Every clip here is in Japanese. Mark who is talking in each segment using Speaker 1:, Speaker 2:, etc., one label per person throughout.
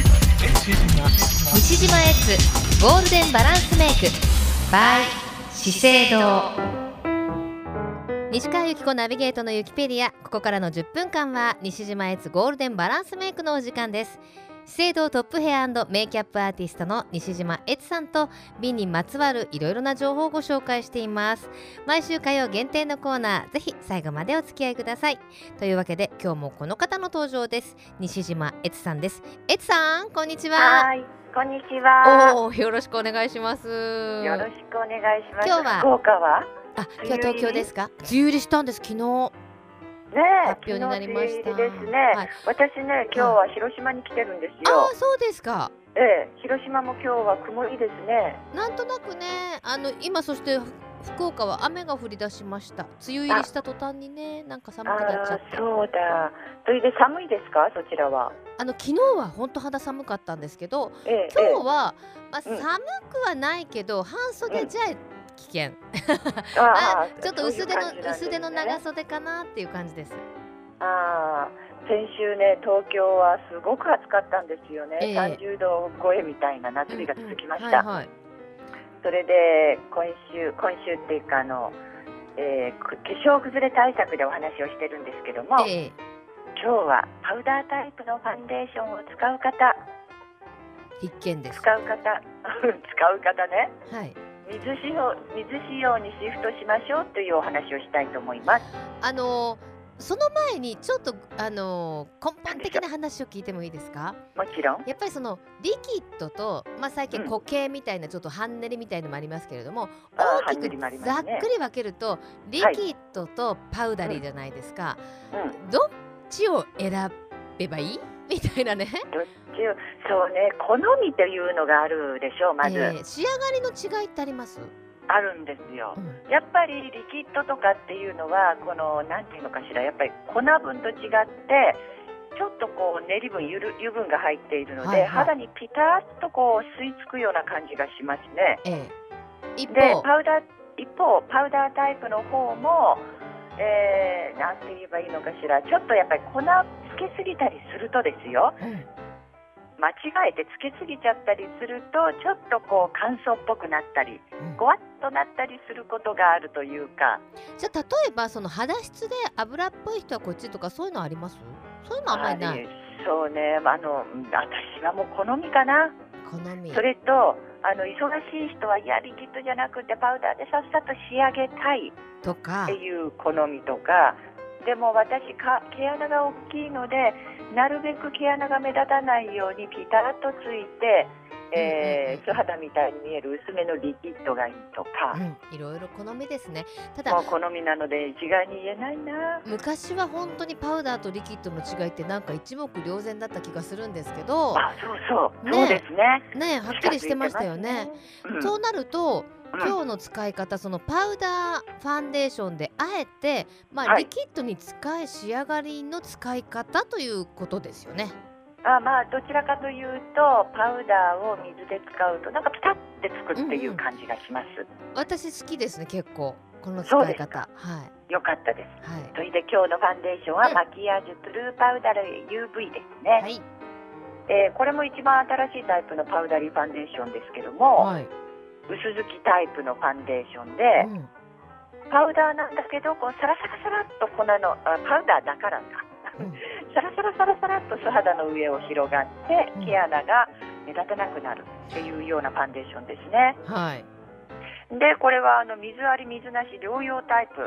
Speaker 1: 西島
Speaker 2: 西島エッツゴールデンバランスメイク by 資生堂西川由紀子ナビゲートのユキペディアここからの10分間は西島エッツゴールデンバランスメイクのお時間です資生堂トップヘアメイキャップアーティストの西島悦さんと美にまつわるいろいろな情報をご紹介しています毎週火曜限定のコーナーぜひ最後までお付き合いくださいというわけで今日もこの方の登場です西島悦さんです悦さんこんにちは
Speaker 3: はい、こんにちは。
Speaker 2: おお、よろしくお願いします。よ
Speaker 3: よろしくお願いします。
Speaker 2: 今日は
Speaker 3: 福岡は
Speaker 2: あ、今日は東京ですか。梅雨入りしたんです。昨日
Speaker 3: ねえ、
Speaker 2: 発表になりました。
Speaker 3: 昨日梅雨入りですね。
Speaker 2: はい、
Speaker 3: 私ね、今日は広島に来てるんです
Speaker 2: あ
Speaker 3: よ
Speaker 2: あ、。そうですか。
Speaker 3: ええ、広島も今日は曇りですね。
Speaker 2: なんとなくね、あの今そして福岡は雨が降り出しました。梅雨入りした途端にね、なんか寒くなっちゃ
Speaker 3: あ
Speaker 2: って。
Speaker 3: あ、そうだ。それで寒いですか、そちらは。
Speaker 2: あの昨日は本当肌寒かったんですけど、
Speaker 3: ええ、ええ
Speaker 2: 今日は、まあ、
Speaker 3: うん
Speaker 2: 寒くはないけど、半袖じゃ危険。
Speaker 3: あ
Speaker 2: あ、ちょっと薄手の、薄手の長
Speaker 3: さ。
Speaker 2: 袖かなっていう感じです。
Speaker 3: ああ。先週ね、東京はすごく暑かったんですよね、
Speaker 2: ええ
Speaker 3: 30度超えみたいな夏日が続きました、
Speaker 2: うんうんはいはい。
Speaker 3: それで今週今週っていうかあの、えーく化粧崩れ対策でお話をしてるんですけども、
Speaker 2: ええ
Speaker 3: 今日はパウダータイプのファンデーションを使う方
Speaker 2: 必見です
Speaker 3: 使。う方 使う方ね
Speaker 2: はい。
Speaker 3: 水使用水使用にシフトしましょうというお話をしたいと思います。
Speaker 2: あのーその前にちょっとあのー根本的な話を聞いてもいいですか
Speaker 3: もちろん、
Speaker 2: やっぱりそのリキッドと、まあ、最近
Speaker 3: うん
Speaker 2: 固形みたいなちょっと半練りみたいのもありますけれども、
Speaker 3: あー
Speaker 2: 大き
Speaker 3: 半練
Speaker 2: く
Speaker 3: りも
Speaker 2: ざ
Speaker 3: あ
Speaker 2: っ
Speaker 3: りますね
Speaker 2: くり分けると、
Speaker 3: はい
Speaker 2: リキッドとパウダリーじゃないですか、
Speaker 3: うん、
Speaker 2: どっちを選べばいいみたいなね、
Speaker 3: 一応そうね好みというのがあるでしょうまず、
Speaker 2: えー仕上がりの違いってあります、
Speaker 3: あるんですよ
Speaker 2: う。ん
Speaker 3: やっぱりリキッドとかっていうのはこのなんていうのかしらやっぱり粉分と違ってちょっとこう練り分ゆる油分が入っているので、
Speaker 2: はいはい
Speaker 3: 肌にピタッとこう吸い付くような感じがしますね。
Speaker 2: えー一
Speaker 3: で
Speaker 2: 方
Speaker 3: パウダー一方パウダータイプの方も、えー、なんて言えばいいのかしらちょっとやっぱり粉つけすぎたりするとですよ
Speaker 2: うん
Speaker 3: 間違えてつけすぎちゃったりするとちょっとこう乾燥っぽくなったり
Speaker 2: うん
Speaker 3: ごわっとなったりすることがあるというか。
Speaker 2: じゃあ例えばその肌質で油っぽい人はこっちとかそういうのありますそういうのあんまりない、
Speaker 3: はいそうね、まああのうん私はもう好みかな、
Speaker 2: 好み
Speaker 3: それとあの忙しい人はいやリキッドじゃなくてパウダーでさっさと仕上げたいっ
Speaker 2: とか
Speaker 3: ていう好みとか、でも私か、毛穴が大きいので、なるべく毛穴が目立たないようにピタッとついて、えー素肌みたいに見える薄めのリキッドがいいとか
Speaker 2: う、んいろいろ好みですねただ
Speaker 3: もう好みなので、一概に言えないな。
Speaker 2: 昔は本当にパウダーとリキッドの違いってなんか一目瞭然だった気がするんですけど
Speaker 3: あそうそう、
Speaker 2: ね
Speaker 3: そうですね。
Speaker 2: ねえはっきりしてましたよね。
Speaker 3: うん、
Speaker 2: そうなると
Speaker 3: うん
Speaker 2: 今日の使い方そのパウダーファンデーションであえてまあ
Speaker 3: はい
Speaker 2: リキッドに使い仕上がりの使い方ということですよね。
Speaker 3: あまあどちらかというとパウダーを水で使うとなんかピタッてつくっていう感じがします、
Speaker 2: 私好きですね結構この
Speaker 3: そう
Speaker 2: 使
Speaker 3: で
Speaker 2: い
Speaker 3: す
Speaker 2: 方
Speaker 3: か
Speaker 2: はい
Speaker 3: よかったです
Speaker 2: はい
Speaker 3: それで今日のファンデーションは
Speaker 2: うん
Speaker 3: マキアージュトゥルーパウダル UV ですね、
Speaker 2: はい
Speaker 3: えーこれも一番新しいタイプのパウダリーファンデーションですけども、
Speaker 2: はい
Speaker 3: 薄付きタイプのファンデーションで、
Speaker 2: うん
Speaker 3: パウダーなんだけどこうサラサラサラっと粉のあパウダーだからか、
Speaker 2: うん
Speaker 3: サラサラサラサラっと素肌の上を広がって
Speaker 2: うん
Speaker 3: 毛穴が目立たなくなるっていうようなファンデーションですね、
Speaker 2: はい
Speaker 3: でこれはあの水あり水なし両用タイプ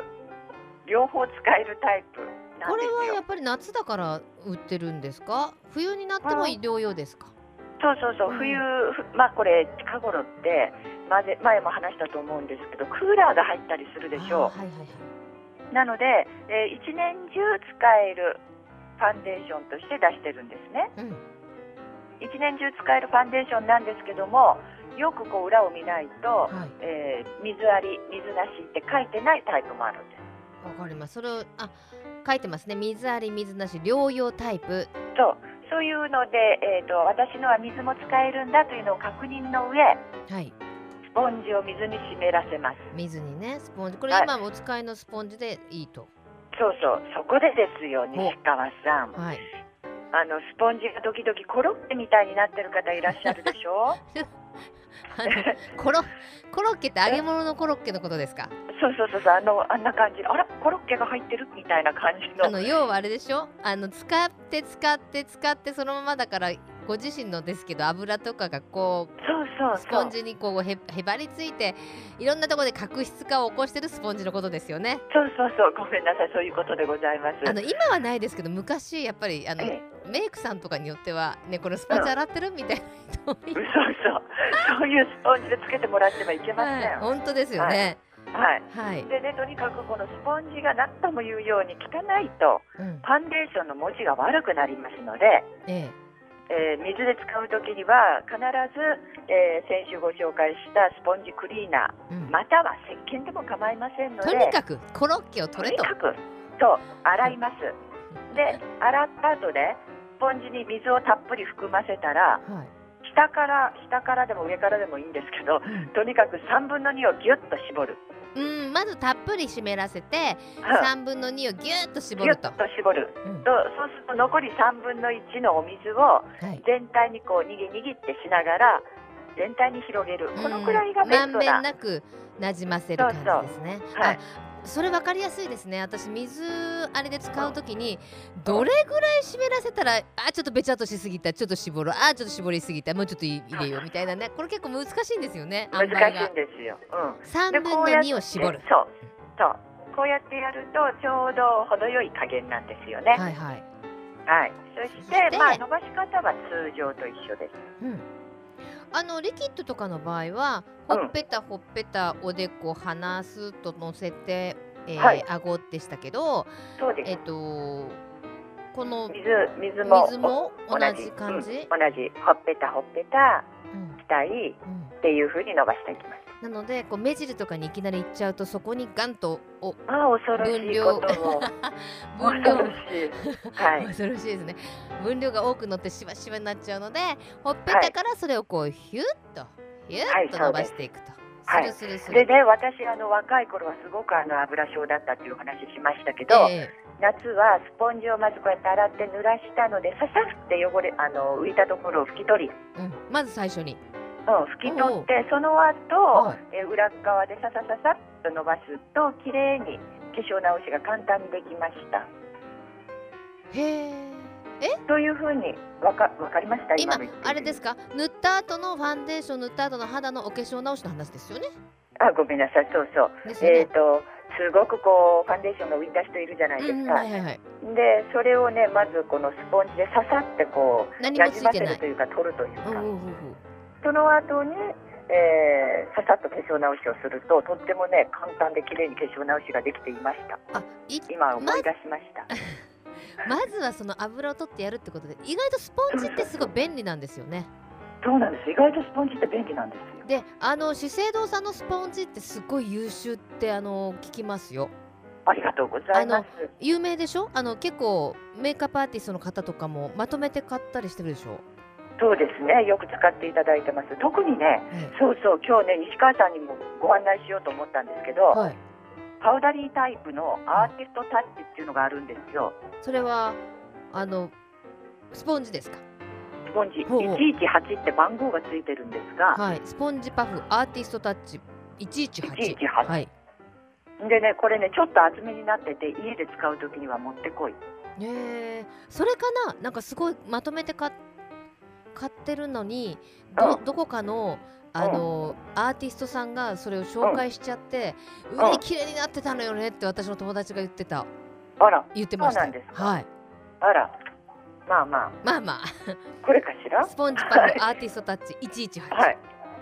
Speaker 3: 両方使えるタイプな
Speaker 2: こ
Speaker 3: んで
Speaker 2: れは
Speaker 3: す
Speaker 2: や
Speaker 3: よ
Speaker 2: っぱり夏だから売ってるんですか冬になっても医療用ですか
Speaker 3: そうそうそう
Speaker 2: うん
Speaker 3: 冬、ふまあこれ近頃ってまぜ前も話したと思うんですけどクーラーが入ったりするでし
Speaker 2: あ
Speaker 3: ょ
Speaker 2: ーはいはいはいう
Speaker 3: なので、えー、1年中使えるファンデーションとして出してるんですね
Speaker 2: うん
Speaker 3: 1年中使えるファンデーションなんですけどもよくこう裏を見ないと、
Speaker 2: はい
Speaker 3: えー水あり水なしって書いてないタイプもあるんです
Speaker 2: わかりますそれをあ書いてますね水あり水なし療養タイプ
Speaker 3: そうそういうので、えー、と私のは水も使えるんだというのを確認の上
Speaker 2: はい
Speaker 3: スポンジを水に湿らせます
Speaker 2: 水にねスポンジこれ
Speaker 3: はい
Speaker 2: 今お使いのスポンジでいいと
Speaker 3: そうそうそこでですよ西川さん
Speaker 2: はい
Speaker 3: あのスポンジが時々コロッケみたいになってる方いらっしゃるでし ょ
Speaker 2: あのコロコロッケって揚げ物のコロッケのことですか
Speaker 3: そうそうそうそうあのあんな感じあらコロッケが入ってるみたいな感じの
Speaker 2: あの要はあれでしょあの使って使って使ってそのままだからご自身のですけど油とかがこう
Speaker 3: そうそう
Speaker 2: ス
Speaker 3: そ
Speaker 2: ポ
Speaker 3: う
Speaker 2: ンジにこうへへばりついていろんなところで角質化を起こしてるスポンジのことですよね。
Speaker 3: そうそうそうごめんなさいそういうことでございます
Speaker 2: あの今はないですけど昔やっぱりあの
Speaker 3: ええ
Speaker 2: メイクさんとかによってはねこれスポンジ洗ってるみたいな人多い
Speaker 3: 嘘嘘そういうスポンジでつけてもらってはいけません
Speaker 2: はい、本当ですよね。
Speaker 3: はい
Speaker 2: はい。
Speaker 3: でねとにかくこのスポンジが何度も言うように汚いと
Speaker 2: うん
Speaker 3: ファンデーションの持ちが悪くなりますので、
Speaker 2: ええ
Speaker 3: えー水で使う時には必ず、えー先週ご紹介したスポンジクリーナー
Speaker 2: うん
Speaker 3: または石鹸でも構いませんので
Speaker 2: とにかくコロッケを
Speaker 3: と
Speaker 2: 取れ
Speaker 3: に
Speaker 2: と。
Speaker 3: かくと洗いますで洗った後ねスポンジに水をたっぷり含ませたら
Speaker 2: はい。
Speaker 3: 下から下からでも上からでもいいんですけどとにかく3分の2をギュッと絞る
Speaker 2: うん、まずたっぷり湿らせて、
Speaker 3: う
Speaker 2: 三分の二をぎゅっと絞
Speaker 3: んギュ
Speaker 2: る
Speaker 3: ッと
Speaker 2: と。
Speaker 3: 絞る
Speaker 2: うん
Speaker 3: とそうすると残り3分の1のお水を
Speaker 2: はい。
Speaker 3: 全体にこう握り握ってしながら全体に広げるこのくらいが
Speaker 2: うん
Speaker 3: ベ
Speaker 2: ま
Speaker 3: ス
Speaker 2: ん
Speaker 3: ト
Speaker 2: べ
Speaker 3: だ
Speaker 2: んなくなじませる感じですね。
Speaker 3: は
Speaker 2: あ
Speaker 3: い
Speaker 2: それわかりやすいですね。私水あれで使うときにどれぐらい湿らせたらあちょっとべちゃっとしすぎたちょっと絞ろうあちょっと絞りすぎたもうちょっと入れようみたいなねこれ結構難しいんですよね。
Speaker 3: 難しい
Speaker 2: 塩梅が
Speaker 3: んですよ、うん、
Speaker 2: 三
Speaker 3: で
Speaker 2: 分
Speaker 3: こ
Speaker 2: の
Speaker 3: うやって
Speaker 2: 二を絞る。
Speaker 3: そうそうこうやってやるとちょうど程よい加減なんですよねは、
Speaker 2: はいいはい。
Speaker 3: そして
Speaker 2: そして
Speaker 3: まあ伸ばし方は通常と一緒です
Speaker 2: うん、あのリキッドとかの場合は
Speaker 3: う
Speaker 2: ほ
Speaker 3: ん
Speaker 2: っぺたほっぺたおでこ鼻すっと乗せて、えー
Speaker 3: はい
Speaker 2: 顎でしたけど
Speaker 3: そうで
Speaker 2: えっ
Speaker 3: す
Speaker 2: とこの
Speaker 3: 水水も
Speaker 2: 水も同じ感じ、
Speaker 3: うん同じほっぺたほっぺた
Speaker 2: うん
Speaker 3: 額
Speaker 2: うん
Speaker 3: っていう風に伸ばしていきます
Speaker 2: なのでこう目尻とかにいきなりいっちゃうとそこにガンとお
Speaker 3: ああ恐ろしいことを
Speaker 2: 分量
Speaker 3: 恐ろしいはい
Speaker 2: 恐ろしいですね分量が多く乗ってしわしわになっちゃうのでほっぺたからそれをこうヒュッとヒュ
Speaker 3: はい
Speaker 2: ッと伸ばしていくと、
Speaker 3: はい
Speaker 2: するするす
Speaker 3: で
Speaker 2: る。
Speaker 3: ね私あの若い頃はすごくあの油症だったっていうお話しましたけど、
Speaker 2: え
Speaker 3: 夏はスポンジをまずこうやって洗って濡らしたのでささって汚れあの浮いたところを拭き取り、
Speaker 2: えうん、まず最初に、
Speaker 3: うん、拭き取ってその
Speaker 2: は
Speaker 3: 後
Speaker 2: い、
Speaker 3: えー裏側でささささっと伸ばすと綺麗に化粧直しが簡単にできました
Speaker 2: へえ。え
Speaker 3: というふうにわかわかりました
Speaker 2: 今
Speaker 3: 今の言ってる
Speaker 2: あれですか塗った後のファンデーション塗った後の肌のお化粧直しの話ですよね。
Speaker 3: あごめんなさいそうそう、
Speaker 2: ですよ
Speaker 3: えっ、
Speaker 2: ね。
Speaker 3: とすごくこうファンデーションが浮いた人いるじゃないです
Speaker 2: うん
Speaker 3: か
Speaker 2: は、いはいはい。
Speaker 3: でそれをねまずこのスポンジでささってこう
Speaker 2: 何
Speaker 3: な
Speaker 2: も
Speaker 3: じ
Speaker 2: つ
Speaker 3: ま
Speaker 2: い
Speaker 3: せ
Speaker 2: て
Speaker 3: る
Speaker 2: ない
Speaker 3: と。いうか取るというか、
Speaker 2: うんうんうんうん
Speaker 3: その後に、えー、ささっと化粧直しをするととってもね簡単で綺麗に化粧直しができていました
Speaker 2: あ、い
Speaker 3: 今思い出しました、
Speaker 2: まずはその油を取ってやるってことで、意外とスポンジってすごい便利なんですよね。
Speaker 3: そうなんです意外とスポンジって便利なんですよ
Speaker 2: で、あの資生堂さんのスポンジってすごい優秀ってあの聞きますよ。
Speaker 3: ありがとうございます
Speaker 2: 有名でしょ？あの結構メイクアップアーティストの方とかもまとめて買ったりしてるでしょ？
Speaker 3: そうですねよく使っていただいてます特にね
Speaker 2: え
Speaker 3: そうそう今日ね西川さんにもご案内しようと思ったんですけ
Speaker 2: え
Speaker 3: ど、
Speaker 2: はい。
Speaker 3: パウダリータイプのアーティストタッチっていうのがあるんですよ
Speaker 2: それはあのスポンジですか？
Speaker 3: スポンジ
Speaker 2: ほうほう
Speaker 3: 118って番号がついてるんですが、
Speaker 2: はい、スポンジパフアーティストタッチ118
Speaker 3: 118
Speaker 2: はい
Speaker 3: でねこれねちょっと厚めになってて家で使う時には持ってこい
Speaker 2: えー、それかななんかすごいまとめて買っ買ってるのにど
Speaker 3: うん
Speaker 2: どこかのあの、アーティストさんがそれを紹介しちゃって、
Speaker 3: ん
Speaker 2: 上に綺麗になってたのよねって私の友達が言ってた
Speaker 3: あら
Speaker 2: 言ってました
Speaker 3: そうなんですか
Speaker 2: はい
Speaker 3: あらまあまあ
Speaker 2: まあま
Speaker 3: これかしら
Speaker 2: あスポンジパフアーティストタッチ118
Speaker 3: はい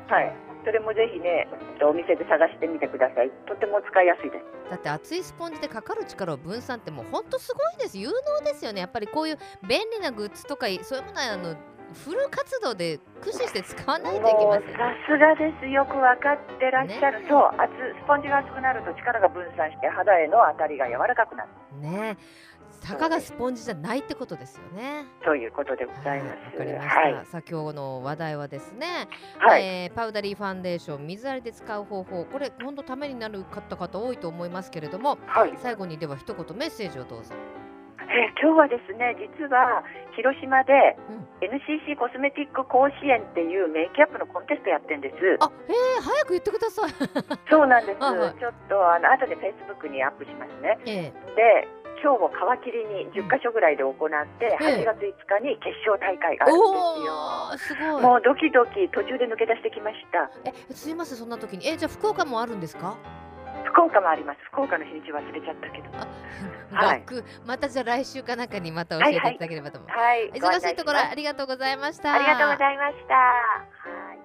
Speaker 3: はいそれもぜひねお店で探してみてくださいとても使いやすいです
Speaker 2: だって熱いスポンジでかかる力を分散ってもうほんとすごいです有能ですよねやっぱりこういう便利なグッズとかそういうものはあのフル活動で駆使して使わないといけま
Speaker 3: もう
Speaker 2: せん
Speaker 3: さすがですよくわかってらっしゃる、
Speaker 2: ね
Speaker 3: そう厚スポンジが厚くなると力が分散して肌への当たりが柔らかくなる
Speaker 2: ねえたかがスポンジじゃないってことですよね。
Speaker 3: ということでござ
Speaker 2: はいいわ
Speaker 3: ます
Speaker 2: かりました、
Speaker 3: はい
Speaker 2: さあ今日の話題はですね、
Speaker 3: はい、
Speaker 2: えーパウダリーファンデーション水ありで使う方法これ本当ためになる方々多いと思いますけれども
Speaker 3: はい
Speaker 2: 最後にでは一言メッセージをどうぞ。
Speaker 3: え今日はですね実は広島で
Speaker 2: うん
Speaker 3: NCC コスメティック甲子園っていうメイクアップのコンテストやってんです
Speaker 2: あ、へえ、早く言ってください。
Speaker 3: そうなんです、
Speaker 2: はいはい
Speaker 3: ちょっとあの後でフェイスブックにアップしますね
Speaker 2: ええ、
Speaker 3: で今日を皮切りに10か所ぐらいで行って、
Speaker 2: ええ
Speaker 3: 8月5日に決勝大会があるんですよ
Speaker 2: おお、すごい。
Speaker 3: もうドキドキ途中で抜け出してきました
Speaker 2: え、すいません、そんな時に、え、じゃあ福岡もあるんですか。
Speaker 3: 福岡もあります福岡の日にち忘れちゃったけどはい
Speaker 2: 楽、またじゃあ来週かなんかにまた教えていただければと思います。
Speaker 3: はい
Speaker 2: 忙しいところありがとうございました。
Speaker 3: ありがとうございましたはい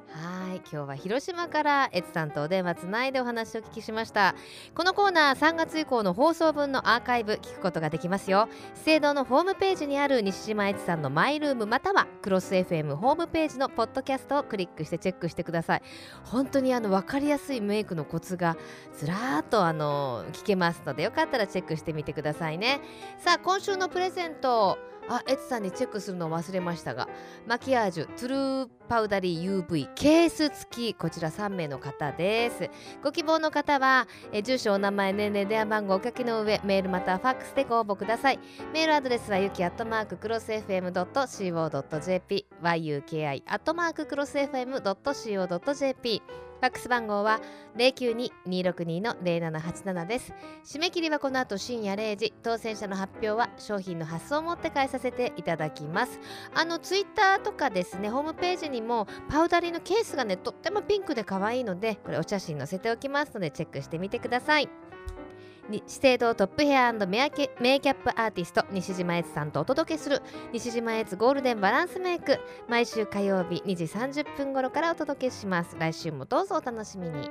Speaker 2: はい今日は広島から越さんとお電話つないでお話をお聞きしましたこのコーナー3月以降の放送分のアーカイブ聞くことができますよ資生堂のホームページにある西島越さんのマイルームまたはクロス FM ホームページのポッドキャストをクリックしてチェックしてください本当にあの分かりやすいメイクのコツがずらーっとあの聞けますのでよかったらチェックしてみてくださいねさあ今週のプレゼントあ、エツさんにチェックするのを忘れましたがマキアージュトゥルーパウダリー UV ケース付きこちら3名の方ですご希望の方はえー住所お名前年齢電話番号お書きの上メールまたはファックスでご応募くださいメールアドレスはゆきアットマーククロス FM.co.jp yuki アットマーククロス FM.co.jp ファックス番号は092-262-0787です締め切りはこの後深夜0時当選者の発表は商品の発送をもって返させていただきますあのツイッターとかですねホームページにもパウダリーのケースがねとってもピンクで可愛いのでこれお写真載せておきますのでチェックしてみてください。に資生堂トップヘアメアケメイキャップアーティスト西島悦さんとお届けする西島悦ゴールデンバランスメイク毎週火曜日2時30分頃からお届けします来週もどうぞお楽しみに